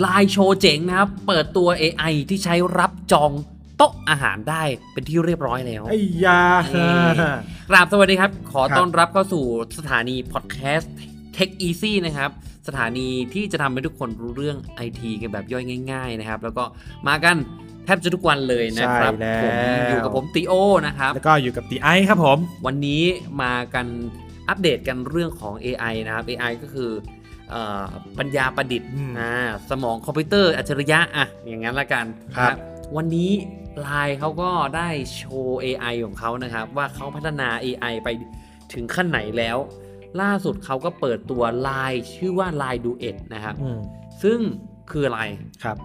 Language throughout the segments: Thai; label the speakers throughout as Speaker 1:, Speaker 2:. Speaker 1: ไลน์โชว์เจ๋งนะครับ เปิดตัว AI ที่ใช้รับจองโต๊ะอาหารได้เป็นที่เรียบร้อยแล้ว
Speaker 2: ไอ้ยา
Speaker 1: เอ้ย กราบสวัสดีครับ ขอ
Speaker 2: ครับ
Speaker 1: ต้อนรับเข้าสู่สถานีพอดแคสต์ Tech Easy นะครับ สถานีที่จะทำให้ทุกคนรู้เรื่อง IT กันแบบย่อยง่าย ๆ นะครับ แล้วก็มากันแทบจะทุกวันเลยนะครับ
Speaker 2: ใช่
Speaker 1: ผม
Speaker 2: แล้ว
Speaker 1: อยู่กับผมติโอนะครับ
Speaker 2: แล้วก็อยู่กับตีไอซ์ครับผม
Speaker 1: วันนี้มากันอัปเดตกันเรื่องของ AI นะครับ AI ก็คือเออปัญญาประดิษฐ์
Speaker 2: อืม
Speaker 1: อ่าสมองคอมพิวเตอร์อัจฉริยะอ่ะอย่างนั้นละกัน
Speaker 2: ครับ
Speaker 1: นะวันนี้ไลน์เขาก็ได้โชว์ AI ของเขานะครับ ว่าเขาพัฒนา AI ไปถึงขั้นไหนแล้ว ล่าสุดเขาก็เปิดตัวไลน์ชื่อว่าไลน์ดูเอ็ดนะครับ
Speaker 2: อืม
Speaker 1: ซึ่งคืออะไร
Speaker 2: ครับ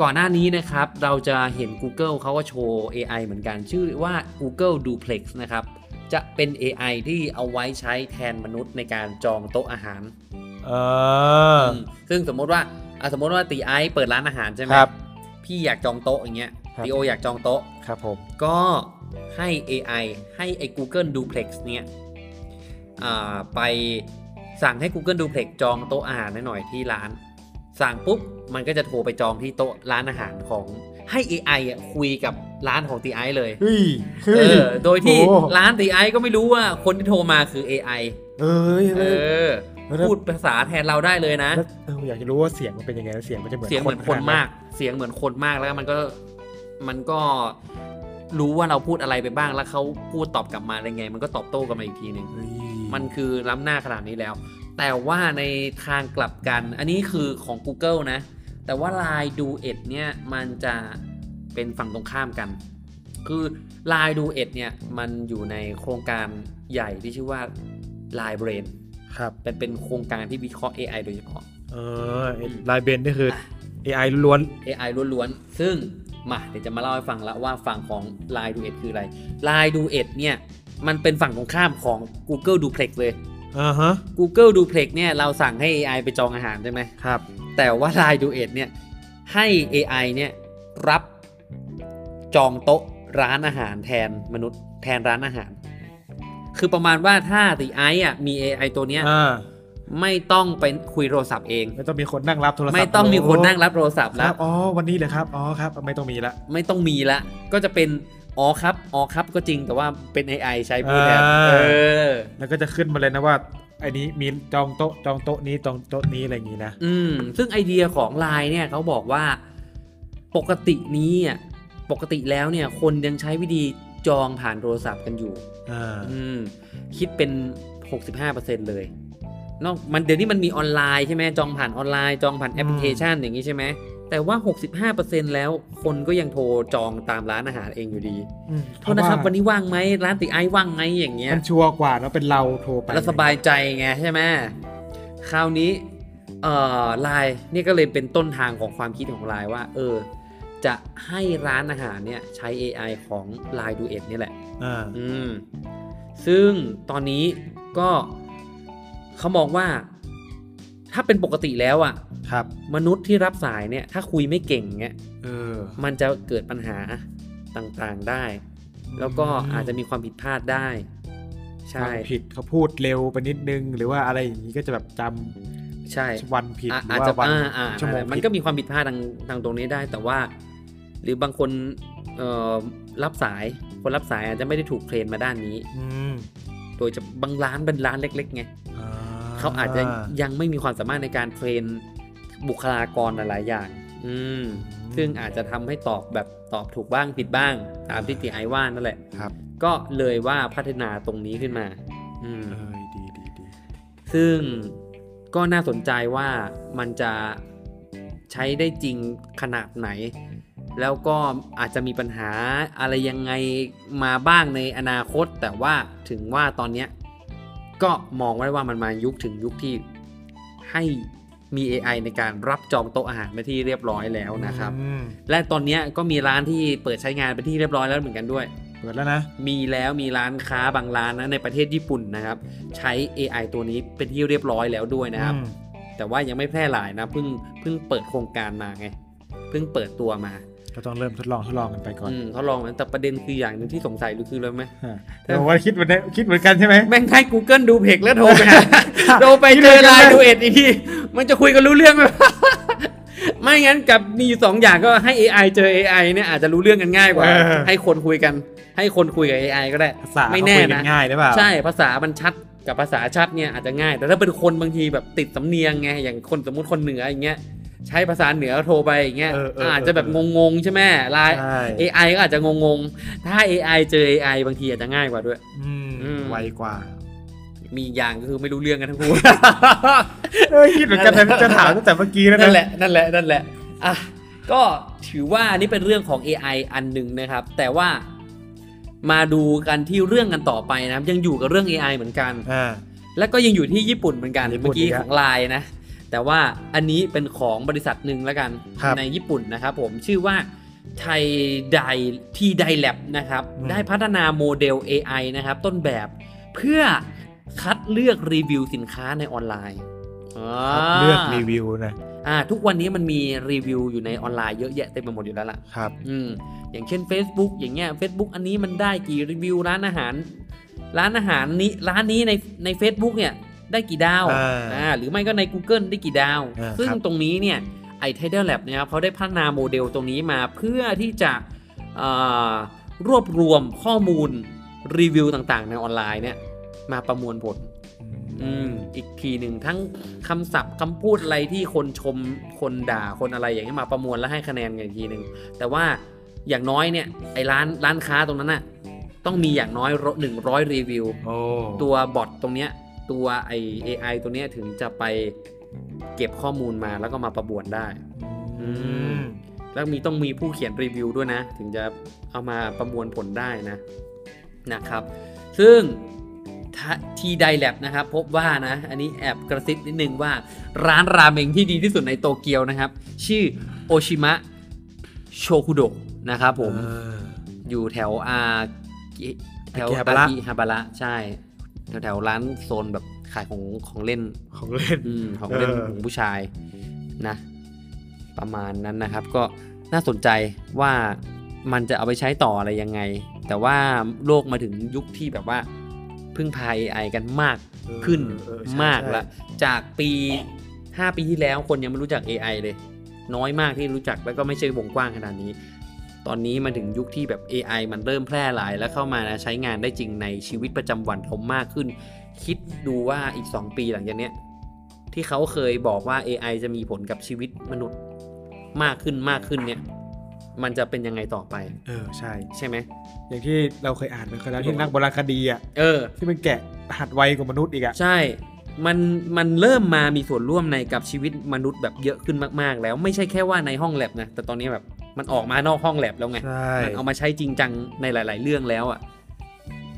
Speaker 1: ก่อนหน้านี้นะครับ เราจะเห็น Google เขาก็โชว์ AI เหมือนกัน ชื่อว่า Google Duplex นะครับ จะเป็น AI ที่เอาไว้ใช้แทนมนุษย์ในการจองโต๊ะอาหาร
Speaker 2: เออ
Speaker 1: มซึ่งสมมติว่าอ่ะสมมติว่าตีไอซ์เปิดร้านอาหารใช่ไหม
Speaker 2: ครับ
Speaker 1: พี่อยากจองโต๊ะอย่างเงี้ย
Speaker 2: ครับ
Speaker 1: ตีโออยากจองโต๊ะ
Speaker 2: ครับผม
Speaker 1: ก็ให้ AI ให้ไอ้ Google Duplex เนี่ยอ่าไปสั่งให้ Google Duplex จองโต๊ะอาหารให้หน่อยที่ร้าน สั่งปุ๊บ มันก็จะโทรไปจองที่โต๊ะร้านอาหารของให้ AI อ่ะคุยกับร้านของตีไอเลย
Speaker 2: เฮ้ยเฮ้
Speaker 1: เอย อโดยที่
Speaker 2: โอ้
Speaker 1: ร้านตีไอก็ไม่รู้ว่าคนที่โทรมาคือ AI
Speaker 2: เอ้ย
Speaker 1: เอ
Speaker 2: แล้
Speaker 1: อ
Speaker 2: วแล้ว
Speaker 1: พูดภาษาแทนเราได้เลยนะ
Speaker 2: แล้วเอออยากจะรู้ว่าเสียงมันเป็นยังไงแล้วเสียงมันจะเหมือน
Speaker 1: เสียงเหมือนคนมาก เสียงเหมือนคนมากแล้วมันก็มันก็รู้ว่าเราพูดอะไรไปบ้างแล้วเขาพูดตอบกลับมาอะไรไง มันก็ตอบโต้กลับมาอีกทีหนึ่ง
Speaker 2: เฮ้ย
Speaker 1: มันคือล้ำหน้าขนาดนี้แล้ว แต่ว่าในทางกลับกัน อันนี้คือของ Google นะ แต่ว่า Line Do It เนี่ยมันจะเป็นฝั่งตรงข้ามกัน คือ Line Do It เนี่ยมันอยู่ในโครงการใหญ่ที่ชื่อว่า Line Brain
Speaker 2: ครับ
Speaker 1: เป็นเป็นโครงการที่วิเคราะห์ AI โดยเฉพาะ
Speaker 2: เออลายเบนนี่คือ AI ล้วน
Speaker 1: AI ล้วนๆ ซึ่งมาเดี๋ยวจะมาเล่าให้ฟังละว่าฝั่งของ Line Duet คืออะไร Line Duet เนี่ย มันเป็นฝั่งตรงข้ามของ Google Duplex เลย
Speaker 2: ๆอ่าฮะ
Speaker 1: Google Duplex เนี่ย เราสั่งให้ AI ไปจองอาหารใช่ไหม
Speaker 2: ครับ
Speaker 1: แต่ว่า Line Duet เนี่ย ให้ AI เนี่ย รับจองโต๊ะร้านอาหารแทนมนุษย์แทนร้านอาหาร คือประมาณว่าถ้าตีไออ่ะมี AI ตัวเนี้ย
Speaker 2: อ่า
Speaker 1: ไม่ต้องไปคุยโทรศัพท์เอง
Speaker 2: ไม่ต้องมีคนนั่งรับโทรศัพท์
Speaker 1: ไม่ต้องมีคนนั่งรับโทรศัพท์
Speaker 2: ค
Speaker 1: แล้
Speaker 2: รั
Speaker 1: ว
Speaker 2: บอ๋อวันนี้เหรอครับอ๋อครับ ไม่ต้องมีละ
Speaker 1: ไม่ต้องมีละ ก็จะเป็นอ๋อครับอ๋อครับก็จริงแต่ว่าเป็น AI ใช้พูดแทนเออ
Speaker 2: แล้วก็จะขึ้นมาเลยนะว่าไอ้นี้มีจองโต๊ะจองโต๊ะนี้จองโต๊ะนี้อะไรอย่างงี้นะ
Speaker 1: อืม ซึ่งไอเดียของ Line เนี่ยเขาบอกว่าปกตินี้อ่ะปกติแล้วเนี่ย คนยังใช้วิธีจองผ่านโทรศัพท์กันอยู่
Speaker 2: อ่า
Speaker 1: อืม คิดเป็น 65%เลยนอกมันเดี๋ยวนี้มันมีออนไลน์ใช่ไหมจองผ่านออนไลน์จองผ่านแอปพลิเคชันอย่างนี้ใช่ไหมแต่ว่า 65%แล้วคนก็ยังโทรจองตามร้านอาหารเองอยู่ดี
Speaker 2: อืม
Speaker 1: โทษนะครับวันนี้ว่างไหมร้านติไอซ์ว่างไหมอย่างเงี้ย
Speaker 2: มันชัวร์กว่าแล้วเป็นเราโทรไป
Speaker 1: แล้วสบายใจไงใช่ไหมคราวนี้เอ่อไลน์เนี่ยก็เลยเป็นต้นทางของความคิดของไลน์ว่า เออ จะให้ร้านอาหารเนี่ยใช้ AI ของ Line d u e t นี่แหละ
Speaker 2: อ่า
Speaker 1: อืม ซึ่งตอนนี้ก็เขามองว่า ถ้าเป็นปกติแล้วอะ
Speaker 2: ครับ
Speaker 1: มนุษย์ที่รับสายเนี่ย ถ้าคุยไม่เก่งเนี่ย
Speaker 2: เออ
Speaker 1: มันจะเกิดปัญหาต่างๆได้ แล้วก็อาจจะมีความผิดพลาดได้ ใช่
Speaker 2: ผิดเขาพูดเร็วไปนิดนึง หรือว่าอะไรอย่างนี้ก็จะแบบจำ
Speaker 1: ใช่
Speaker 2: วันผิด
Speaker 1: อะ
Speaker 2: หรื
Speaker 1: อาจ
Speaker 2: อว่า
Speaker 1: จะ
Speaker 2: วัน
Speaker 1: อ่าอ่า
Speaker 2: ชั่วโมง
Speaker 1: มัน
Speaker 2: ผิด
Speaker 1: ก็มีความผิดพลาดทางทางตรงนี้ได้ แต่ว่า หรือบางคนเอ่อรับสายคนรับสายอาจจะไม่ได้ถูกเทรนมาด้านนี้
Speaker 2: อืม
Speaker 1: โดยจะบางร้านเป็นร้านเล็กๆไง
Speaker 2: อ่
Speaker 1: เขาอาจจะยังไม่มีความสามารถในการเทรนบุคลากรหลายๆอย่าง อืมซึ่งอาจจะทำให้ตอบแบบตอบถูกบ้างผิดบ้าง ตามที่ตีไอว่านั่นแหละ
Speaker 2: ครับ
Speaker 1: ก็เลยว่าพัฒนาตรงนี้ขึ้นมา อืม
Speaker 2: เออดีดีดี
Speaker 1: ซึ่งก็น่าสนใจว่ามันจะใช้ได้จริงขนาดไหน แล้วก็อาจจะมีปัญหาอะไรยังไงมาบ้างในอนาคต แต่ว่าถึงว่าตอนเนี้ยก็มองไว้ว่ามันมายุคถึงยุคที่ให้มี AI ในการรับจองโต๊ะอาหารไปนที่เรียบร้อยแล้วนะครับ
Speaker 2: อืม
Speaker 1: และตอนเนี้ยก็มีร้านที่เปิดใช้งานไปนที่เรียบร้อยแล้วเหมือนกันด้วย
Speaker 2: เปิดแล้วนะ
Speaker 1: มีแล้วมีร้านค้าบางร้านนะในประเทศญี่ปุ่นนะครับ ใช้ AI ตัวนี้เป็นที่เรียบร้อยแล้วด้วยนะครับ
Speaker 2: อืม
Speaker 1: แต่ว่ายังไม่แพร่หลายนะเพิ่งเพิ่งเปิดโครงการมาไงเพิ่งเปิดตัวมา
Speaker 2: ก็ต้องเริ่มทดลองทดลองกันไปก่อน
Speaker 1: อืมเขาลองนะแต่ประเด็นคืออย่างหนึ่งที่สงสัยรู้คืออะไรไหม
Speaker 2: ฮะแต่ว่าคิดเหมือนคิดเหมือนกันใช่ไหม
Speaker 1: แม่งให้ Google ดูเพกแล้วโทร ไปหา โทรไปเจอไลน์ดูเอ็ดอีกทีมันจะคุยกันรู้เรื่องไหม ไม่งั้นกับมีอยู่สองอย่างก็ให้ AI เจอ AI เนี่ยอาจจะรู้เรื่องกันง่ายกว่า
Speaker 2: เออ
Speaker 1: ให้คนคุยกัน ให้คนคุยกับ AI ก็ได้
Speaker 2: ภาษา
Speaker 1: ไม่
Speaker 2: เขา
Speaker 1: แน่
Speaker 2: คุยกั
Speaker 1: นะ
Speaker 2: นง่ายหรือเปล่า
Speaker 1: ใช่ภาษามันชัดกับภาษาชัดเนี่ยอาจจะง่าย แต่ถ้าเป็นคนบางทีแบบติดสำเนียงไงอย่างคนสมมติคนเหนืออย่างเงี้ยใช้ภาษาเหนือโทรไปอย่างเงี้ย
Speaker 2: เเ
Speaker 1: อาจจะแบบงงๆใช่ไหมไลน์
Speaker 2: ใช่
Speaker 1: AI ก็อาจจะงงๆ ถ้า AI เจอ AI บางทีอาจจะง่ายกว่าด้วย
Speaker 2: อืม
Speaker 1: อืม
Speaker 2: ไวกว่า
Speaker 1: มีอีกอย่างก็คือไม่รู้เรื่องกันทั้งคู่
Speaker 2: เออคิดเหมือนกันนะจะถามตั้งแต่เมื่อกี้แล้ว
Speaker 1: นั่น
Speaker 2: นะ
Speaker 1: แหละนั่นแหละนั่นแหละอ่ะก็ถือว่าอันนี้เป็นเรื่องของ AI อันหนึ่งนะครับ แต่ว่ามาดูกันที่เรื่องกันต่อไปนะครับ ยังอยู่กับเรื่อง AI เหมือนกัน
Speaker 2: อ่า
Speaker 1: แล้วก็ยังอยู่ที่ญี่ปุ่นเหมือนกัน
Speaker 2: ญี่ปุ่น
Speaker 1: เมื่อกี้
Speaker 2: อีกแล้ว
Speaker 1: ของไลน์นะ แต่ว่าอันนี้เป็นของบริษัทหนึ่งแล้วกัน
Speaker 2: ครับ
Speaker 1: ในญี่ปุ่นนะครับผมชื่อว่าไทยไดทีไดแลบนะครับ ได้พัฒนาโมเดล AI นะครับ ต้นแบบเพื่อคัดเลือกรีวิวสินค้าในออนไลน์อ่า
Speaker 2: เลือกรีวิวนะ
Speaker 1: อ่าทุกวันนี้มันมีรีวิวอยู่ในออนไลน์เยอะแยะเต็มไปหมดอยู่แล้วล่ะ
Speaker 2: ครับ
Speaker 1: อืมอย่างเช่น Facebook อย่างเงี้ย Facebook อันนี้มันได้กี่รีวิวร้านอาหาร ร้านอาหารนี้ร้านนี้ในใน Facebook เนี่ยได้กี่ดาว
Speaker 2: อ่า
Speaker 1: หรือไม่ก็ใน Google ได้กี่ดาว
Speaker 2: อ่า
Speaker 1: ซึ่ง
Speaker 2: ครับ
Speaker 1: ตรงนี้เนี่ยไอเทเดอร์แลบเนี่ยครับเขาได้พัฒนาโมเดลตรงนี้มาเพื่อที่จะเอ่อรวบรวมข้อมูลรีวิวต่างๆ ในออนไลน์เนี่ยมาประมวลผล อืมอีกทีหนึ่งทั้งคำศัพท์คำพูดอะไรที่คนชมคนด่าคนอะไรอย่างนี้ยมาประมวลแล้วให้คะแนนกันอีกทีหนึ่งแต่ว่าอย่างน้อยเนี่ยไอ้ร้านร้านค้าตรงนั้นน่ะต้องมีอย่างน้อยหนึ่งร้อยรีวิว
Speaker 2: โอ้
Speaker 1: ตัวบอทตรงเนี้ยตัวไอ AI ตัวเนี้ยถึงจะไปเก็บข้อมูลมาแล้วก็มาประบวนได้
Speaker 2: อืม
Speaker 1: แล้วมีต้องมีผู้เขียนรีวิวด้วยนะ ถึงจะเอามาประมวลผลได้นะนะครับ ซึ่งทีไดแลบนะครับ พบว่านะอันนี้แอบกระซิบนิดนึงว่า ร้านราเมงที่ดีที่สุดในโตเกียวนะครับ ชื่อโอชิมะโชคุโดะนะครับผม
Speaker 2: เออ
Speaker 1: อยู่แถวอากิแถว
Speaker 2: อากิ
Speaker 1: อา
Speaker 2: ฮาบาระ
Speaker 1: กิฮาบาระใช่ แถวแถวๆร้านโซนแบบขายของของเล่น
Speaker 2: ของเล่น
Speaker 1: อืมของเล่น
Speaker 2: เออ
Speaker 1: ของผู้ชายนะ ประมาณนั้นนะครับ ก็น่าสนใจว่ามันจะเอาไปใช้ต่ออะไรยังไง แต่ว่าโลกมาถึงยุคที่แบบว่า พึ่งพา AI กันมากขึ้น
Speaker 2: เออเออใช่
Speaker 1: มาก
Speaker 2: ใช่
Speaker 1: ละจากปี 5 ปีที่แล้วคนยังไม่รู้จัก AI เลย น้อยมากที่รู้จักแล้วก็ไม่ใช่วงกว้างขนาดนี้ ตอนนี้มาถึงยุคที่แบบ AI มันเริ่มแพร่หลาย และเข้ามาใช้งานได้จริงในชีวิตประจำวันเรามากขึ้น คิดดูว่าอีก 2 ปีหลังจากเนี้ยที่เขาเคยบอกว่า AI จะมีผลกับชีวิตมนุษย์มากขึ้นมากขึ้นเนี่ย มันจะเป็นยังไงต่อไป
Speaker 2: เออใช่
Speaker 1: ใช่ไหม
Speaker 2: อย่างที่เราเคยอ่านไปเคยแล้วที่นักโบราณคดีอ่ะ
Speaker 1: เออ
Speaker 2: ที่มันแกะรหัดไวกว่ามนุษย์อีกอ่ะ
Speaker 1: ใช่ มัน มันเริ่มมามีส่วนร่วมในกับชีวิตมนุษย์แบบเยอะขึ้นมากๆ แล้วไม่ใช่แค่ว่าในห้องแลบนะ แต่ตอนนี้แบบมันออกมานอกห้องแลบแล้วไง
Speaker 2: ใช่
Speaker 1: มันเอามาใช้จริงจังในหลาย ๆ เรื่องแล้วอ่ะ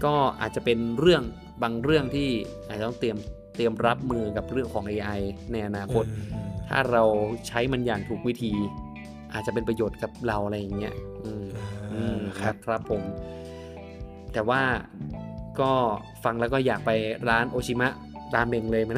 Speaker 1: ก็อาจจะเป็นเรื่องบางเรื่องที่อาจจะต้องเตรียม เตรียมรับมือกับเรื่องของ AI ในอนาคต
Speaker 2: เออ
Speaker 1: ถ้าเราใช้มันอย่างถูกวิธี อาจจะเป็นประโยชน์กับเราอะไรอย่างเงี้ย อืม
Speaker 2: เอ
Speaker 1: อืม
Speaker 2: อครับ
Speaker 1: ครับผม แต่ว่าก็ฟังแล้วก็อยากไปร้านโอชิมะราเมงเลยมัน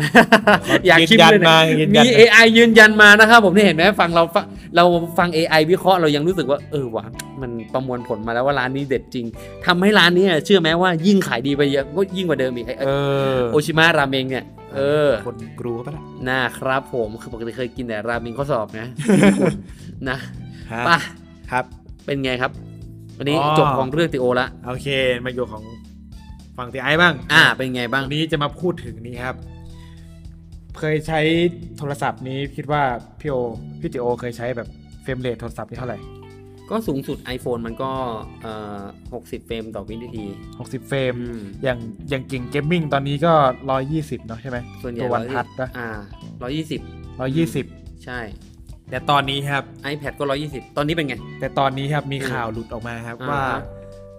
Speaker 1: อยาก
Speaker 2: ยืน
Speaker 1: ชิม
Speaker 2: ยัน
Speaker 1: เลยนะ
Speaker 2: มายืนยัน
Speaker 1: มี
Speaker 2: มา
Speaker 1: AI ยืนยันมานะครับผมนี่เห็นไหมฟังเราฟังเราฟัง AI วิเคราะห์เรายังรู้สึกว่าเออว่ะมันประมวลผลมาแล้วว่าร้านนี้เด็ดจริงทำให้ร้านนี้เชื่อไหมว่ายิ่งขายดีไปเยอะก็ยิ่งกว่าเดิมอีกไอ้ไอ้
Speaker 2: เออ
Speaker 1: โอชิมะราเมงเนี่ยเออ
Speaker 2: คนกลัวปะล่ะ
Speaker 1: นะครับผมคือปกติเคยกินแต่ราเมงข้อสอบ นะ นะไป่ะ
Speaker 2: ครับ
Speaker 1: เป็นไงครับ วันนี้
Speaker 2: อ๋อ
Speaker 1: จบของเรื่องติโอละ
Speaker 2: โอเคมาอยู่ของฝั่งตีไอ้บ้าง
Speaker 1: อ่า เป็นไงบ้าง
Speaker 2: วันนี้จะมาพูดถึงนี่ครับ เคยใช้โทรศัพท์นี้คิดว่าพี่โอพี่ติโอเคยใช้แบบเฟรมเรทโทรศัพท์นี่เท่าไหร่
Speaker 1: ก็สูงสุด iPhone มันก็เอ่อ60 เฟรมต่อวินาที
Speaker 2: 60 เฟรม
Speaker 1: อืม
Speaker 2: อย่างอย่างเก่งเกมมิ่งตอนนี้ก็ 120 เนาะใช่ไหม
Speaker 1: ส่วนใหญ่
Speaker 2: ตัววันทัดนะ
Speaker 1: อ่า
Speaker 2: 120
Speaker 1: 120 ใช่
Speaker 2: แต่ตอนนี้ครับ
Speaker 1: iPad ก็ 120 ตอนนี้เป็นไง
Speaker 2: แต่ตอนนี้ครับมีข่าวหลุดออกมาครับ
Speaker 1: อ่า
Speaker 2: ว่า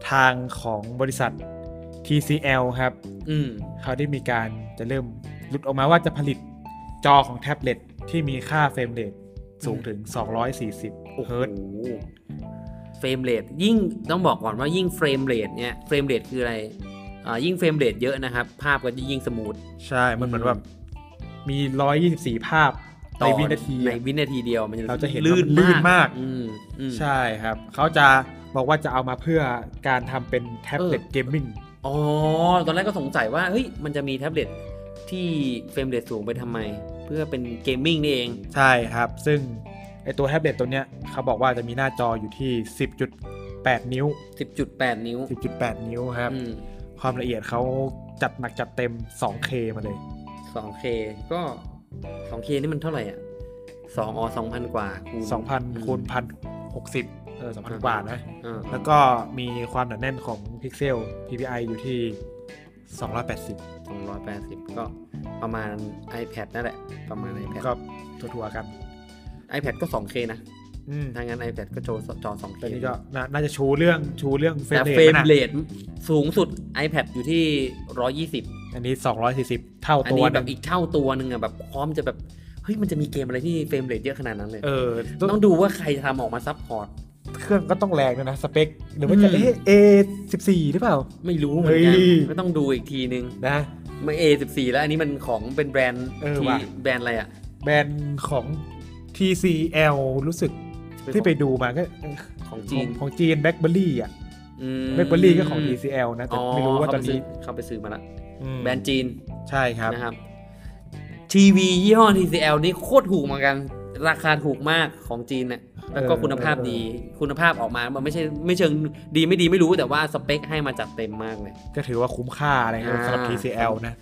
Speaker 2: ทางของบริษัท TCL ครับ
Speaker 1: อืม
Speaker 2: เขาได้มีการจะเริ่มหลุดออกมาว่าจะผลิตจอของแท็บเล็ตที่มีค่าเฟรมเรทสูงถึง 240เฮิรตซ์
Speaker 1: โอ้โหเฟรมเรทยิ่งต้องบอกก่อนว่ายิ่งเฟรมเรทเนี่ย เฟรมเรทคืออะไรอ่ายิ่งเฟรมเรทเยอะนะครับ ภาพก็จะยิ่งสมูท
Speaker 2: ใช่มันเหมือนแบบมี 124 ภาพในวินาที
Speaker 1: ในวินาทีเดียวมัน
Speaker 2: เราจะเห็น
Speaker 1: ลื่น
Speaker 2: ว่ามันลื่นมาก
Speaker 1: อืมอืม
Speaker 2: ใช่ครับ เขาจะบอกว่าจะเอามาเพื่อการทำเป็นแท็บเล็ต
Speaker 1: เออ
Speaker 2: เกมมิ่ง
Speaker 1: อ๋อ ตอนแรกก็สงสัยว่า เฮ้ย มันจะมีแท็บเล็ตที่เฟรมเรทสูงไปทำไม เพื่อเป็นเกมมิ่งนี่เอง
Speaker 2: ใช่ครับ ซึ่ง ไอตัวแท็บเล็ตตัวเนี้ยเขาบอกว่าจะมีหน้าจออยู่ที่ 10.8 นิ้ว
Speaker 1: 10.8 นิ้ว
Speaker 2: 10.8 นิ้วครับ
Speaker 1: อืม
Speaker 2: ความละเอียดเขาจัดหนักจัดเต็ม 2K มาเลย
Speaker 1: 2K ก็ 2K นี่มันเท่าไหร่อ่ะ2อ๋อ2,000 กว่าคูณ
Speaker 2: 2,000คูณ1,060เออ2,000 กว่านะ
Speaker 1: อ่า
Speaker 2: แล้วก็มีความหนาแน่นของพิกเซล PPI อยู่ที่ 280
Speaker 1: 280 ก็ประมาณ iPad นั่นแหละ ประมาณ iPad
Speaker 2: ก็ทั่วๆกัน
Speaker 1: iPad ก็ 2K นะ
Speaker 2: อืม
Speaker 1: ถ้างั้น iPad ก็โชว์จอ 2K
Speaker 2: แต่นี่ก็น่าน่าจะชูเรื่องชูเรื่องเฟรม
Speaker 1: แต่
Speaker 2: เร
Speaker 1: เฟร
Speaker 2: ท
Speaker 1: ม
Speaker 2: นะ
Speaker 1: เรทสูงสุด iPad อยู่ที่ 120
Speaker 2: อันนี้ 240 เท่า
Speaker 1: อัน
Speaker 2: ตัว
Speaker 1: นี้
Speaker 2: ห
Speaker 1: แบ
Speaker 2: นึ่
Speaker 1: บ
Speaker 2: ง
Speaker 1: อีกเท่าตัวหนึ่งอะแบบพร้อมจะแบบ เฮ้ยมันจะมีเกมอะไรที่เฟรมเรทเยอะขนาดนั้นเลย
Speaker 2: เออ
Speaker 1: ต้องดูว่าใครจะทำออกมาซัพพอร์ต
Speaker 2: เครื่องก็ต้องแรงด้วยนะ สเปค หรือว่าจะ
Speaker 1: อืม
Speaker 2: เอ๊ะ A สิบสี่หรือเปล่า
Speaker 1: ไม่รู้เหมือนกั
Speaker 2: เฮ้
Speaker 1: น
Speaker 2: ย
Speaker 1: ก็ต้องดูอีกทีนึง
Speaker 2: นะ
Speaker 1: ไม่ A14 แล้วอันนี้มันของเป็นแบรนด์
Speaker 2: เออ
Speaker 1: ที่
Speaker 2: ว่ะ
Speaker 1: แบรนด์อะไรอะ
Speaker 2: แบรนด์ของ TCL รู้สึกที่ไปดูมาก็
Speaker 1: ของจีน
Speaker 2: ของจีนแบ็คเบอรี่อ่ะ
Speaker 1: อืม
Speaker 2: แบ็คเบอรี่ก็ของ TCL นะ แต่ไม่รู้ว่าตอนนี้
Speaker 1: เข้าไปซื้อมาละ
Speaker 2: อืม
Speaker 1: แบรนด์จีน
Speaker 2: ใช่ครับ
Speaker 1: นะครับทีวียี่ห้อ TCL นี่โคตรถูกเหมือนกัน ราคาถูกมากของจีนน่ะแล้วก็
Speaker 2: เออ
Speaker 1: คุณภาพ
Speaker 2: เออ
Speaker 1: ดีคุณภาพออกมามันไม่ใช่ไม่เชิงดีไม่ดีไม่รู้แต่ว่าสเปคให้มาจัดเต็มมากเลย
Speaker 2: ก็ถือว่าคุ้มค่าอะไรครับ
Speaker 1: อ่า
Speaker 2: สำหรับ TCL นะ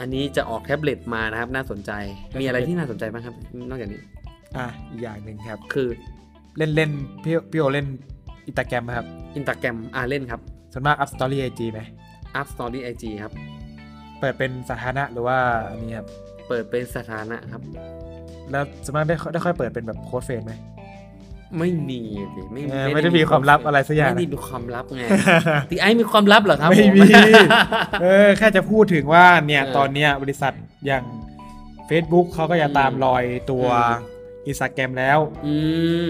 Speaker 1: อันนี้จะออกแท็บเล็ตมานะครับ น่าสนใจ
Speaker 2: แท็บเล็ต
Speaker 1: มีอะไรที่น่าสนใจบ้างครับ นอกจากนี้
Speaker 2: อ่ะอีกอย่างหนึ่งครับ
Speaker 1: คือ
Speaker 2: เล่นเล่นๆพี่พี่โอเล่นอินตาแกรมครับ
Speaker 1: อิน t a g แกรมอ่าเล่นครับ
Speaker 2: ส่วนมากอัพสตอรี่ไอจีไหม
Speaker 1: Up Story IG ครับ
Speaker 2: เปิดเป็นสาธารณะหรือว่าอันนี้ครับ
Speaker 1: เปิดเป็นสถานะครับ
Speaker 2: แล้วส่วนมากได้ได้ค่อยเปิดเป็นแบบโค้ดเฟรน ไหม
Speaker 1: ไม่มีสิไม่
Speaker 2: เออไม่ได้มีความลับอะไรสักอย่าง
Speaker 1: ไม่ได้มีความลับไง ตีไอมีความลับเหรอครับ
Speaker 2: ไม่
Speaker 1: ผ
Speaker 2: มี เออ แค่จะพูดถึงว่าเนี่ย
Speaker 1: เออ
Speaker 2: ตอนเนี้ยบริษัทอย่าง Facebook เขาก็จะตามรอยตัว
Speaker 1: อื
Speaker 2: อินสตาแกรมแล้ว
Speaker 1: อืม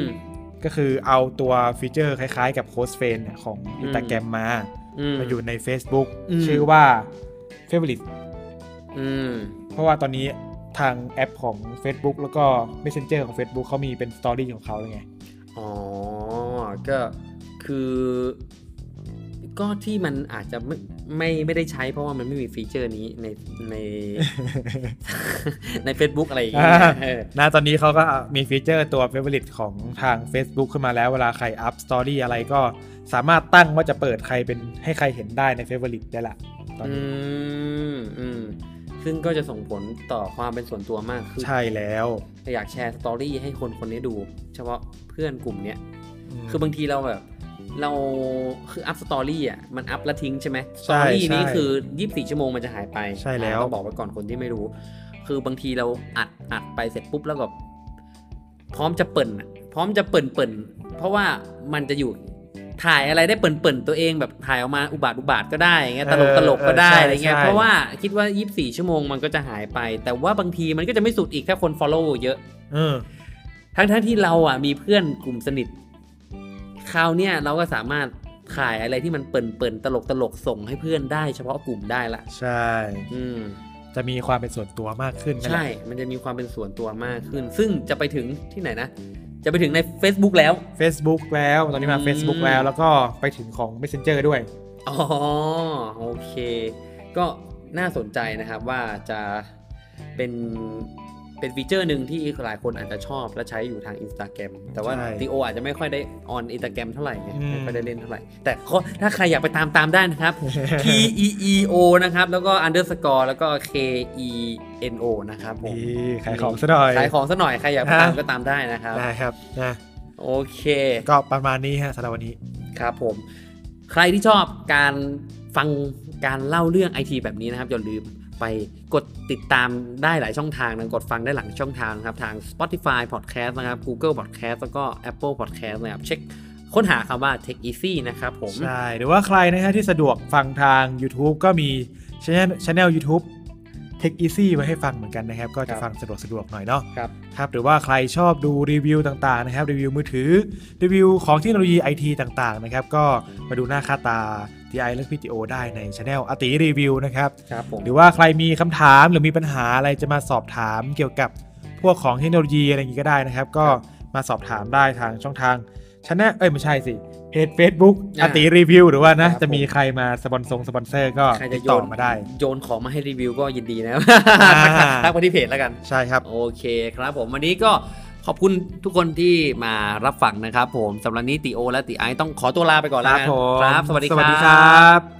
Speaker 2: ก็คือเอาตัวฟีเจอร์คล้ายๆกับโค้ชเฟนยของ
Speaker 1: อืม
Speaker 2: อินสตาแกรมมา
Speaker 1: อืม
Speaker 2: มาอยู่ใน Facebook
Speaker 1: อืม
Speaker 2: ชื่อว่า Favorite
Speaker 1: อืม
Speaker 2: เพราะว่าตอนนี้ทางแอปของ Facebook แล้วก็ Messenger ของ Facebook เขามีเป็นสตอรี่ของเขา เลยไง
Speaker 1: อ๋อ ก็คือ ก็ที่มันอาจจะไม่ไม่ไม่ได้ใช้เพราะว่ามันไม่มีฟีเจอร์นี้ในใน ใน Facebook อะไรอย่างเงี้ย
Speaker 2: อ่า
Speaker 1: เออ
Speaker 2: นะตอนนี้เขาก็มีฟีเจอร์ตัว Favorite ของทาง Facebook ขึ้นมาแล้วเวลาใครอัพสตอรี่อะไรก็สามารถตั้งว่าจะเปิดใครเป็นให้ใครเห็นได้ใน Favorite ได้ละตอน
Speaker 1: อื
Speaker 2: นี้
Speaker 1: มอืมซึ่งก็จะส่งผลต่อความเป็นส่วนตัวมากขึ้น
Speaker 2: ใช่แล้ว
Speaker 1: อยากแชร์สตอรี่ให้คนคนนี้ดู เฉพาะเพื่อนกลุ่มเนี้ย
Speaker 2: ม
Speaker 1: คือบางทีเราแบบ เราคืออัพสตอรี่อ่ะ มันอัพแล้วทิ้งใช่ไหมสต
Speaker 2: ใช่
Speaker 1: อรี่
Speaker 2: ใช่
Speaker 1: นี้คือ 24 ชั่วโมงมันจะหายไป
Speaker 2: ใช่แล้ว
Speaker 1: อ่าต้องบอกไว้ก่อนคนที่ไม่รู้ คือบางทีเราอัดอัดไปเสร็จปุ๊บแล้วก็พร้อมจะเปิ่นอะพร้อมจะเปิ่นเปิ่นเพราะว่ามันจะอยู่ถ่ายอะไรได้เปิ่นเปิ่นตัวเองแบบถ่ายออกมาอุบาทอุบาทก็ได้อย่างเงี้ยตลกตลกก็ได้อะไรเงี้ยเพราะว่าคิดว่า 24 ชั่วโมงมันก็จะหายไป แต่ว่าบางทีมันก็จะไม่สุดอีกถ้าคน follow เยอะ
Speaker 2: เออ
Speaker 1: ทั้งทั้งๆที่เราอ่ะมีเพื่อนกลุ่มสนิท คราวเนี้ยเราก็สามารถขายอะไรที่มันเปิ่นเปิ่นๆตลกตลกๆส่งให้เพื่อนได้เฉพาะกลุ่มได้ละ
Speaker 2: ใช่
Speaker 1: อืม
Speaker 2: จะมีความเป็นส่วนตัวมากขึ้นนั่นแห
Speaker 1: ใช่
Speaker 2: ละ
Speaker 1: มันจะมีความเป็นส่วนตัวมากขึ้น ซึ่งจะไปถึงที่ไหนนะ จะไปถึงใน Facebook แล้ว
Speaker 2: Facebook แล้วตอนนี้มา
Speaker 1: อืม
Speaker 2: Facebook แล้วแล้วก็ไปถึงของ Messenger ด้วย
Speaker 1: อ๋อโอเค ก็น่าสนใจนะครับว่าจะเป็นเป็นฟีเจอร์หนึ่งที่หลายคนอาจจะชอบและใช้อยู่ทาง Instagram แต่ว่า
Speaker 2: ใช่
Speaker 1: ตีโออาจจะไม่ค่อยได้ออนอินสตาแกรมเท่าไหร่ไง
Speaker 2: อืม
Speaker 1: ไม่ค่อยได้เล่นเท่าไหร่ แต่ก็ถ้าใครอยากไปตามตามได้ นะครับ T E E O นะครับ แล้วก็ underscore แล้วก็ K E N O นะครับผม
Speaker 2: นี่ขายของซะหน่อย
Speaker 1: ขายของซะหน่อย ใครอยากไปตาม
Speaker 2: นะ
Speaker 1: ก็ตามได้นะครับ
Speaker 2: นะครับนะ
Speaker 1: โอเค
Speaker 2: ก็ประมาณนี้ฮะสำหรับวันนี้
Speaker 1: ครับผม ใครที่ชอบการฟังการเล่าเรื่องไอทีแบบนี้นะครับ อย่าลืมไปกดติดตามได้หลายช่องทางนะกดฟังได้หลังช่องทางนะครับ ทาง Spotify Podcast นะครับ Google Podcast แล้วก็ Apple Podcast นะครับ เช็คค้นหาคำว่า Tech Easy นะครับผม
Speaker 2: ใช่ หรือว่าใครนะฮะที่สะดวกฟังทาง YouTube ก็มีช anel YouTube Tech Easy ไว้ให้ฟังเหมือนกันนะครับ ก็
Speaker 1: ครั
Speaker 2: จะ
Speaker 1: บ
Speaker 2: ฟังสะดวกสะดวกหน่อยเนาะ
Speaker 1: ครับ
Speaker 2: ครับหรือว่าใครชอบดูรีวิวต่างๆนะครับ รีวิวมือถือ รีวิวของเทคโนโลยีไอทีต่างๆนะครับ ก็มาดูหน้าค่าตา TI และ PTO ได้ในช anel อติรีวิวนะครับ
Speaker 1: ครับผม
Speaker 2: หรือว่าใครมีคำถามหรือมีปัญหาอะไรจะมาสอบถามเกี่ยวกับพวกของเทคโนโลยีอะไรอย่างนี้ก็ได้นะครับ ก็มาสอบถามได้ทางช่องทางชนะเอ้ยไม่ใช่สิเพจ Facebook
Speaker 1: อ่า
Speaker 2: อติรีวิวหรือว่านะครับ จะมีใครมาสปอนซงสปอนเซอร์ก็
Speaker 1: ใคร
Speaker 2: ติ
Speaker 1: จะ
Speaker 2: ด
Speaker 1: โย
Speaker 2: ต่อน มาได้
Speaker 1: โยนของมาให้ รีวิวก็ยินดีนะครับ
Speaker 2: อ่า
Speaker 1: ทักมาทักมาที่เพจแล้วกัน
Speaker 2: ใช่ครับ
Speaker 1: โอเคครับผมวันนี้ก็ ขอบคุณทุกคนที่มารับฟังนะครับผมสำหรับนี้ติโอและติไอซ์ต้องขอตัวลาไปก่อน
Speaker 2: ค
Speaker 1: แล้ว
Speaker 2: รับ
Speaker 1: กัน
Speaker 2: ผม
Speaker 1: ครับ สวัสดี
Speaker 2: สวัสดีครับ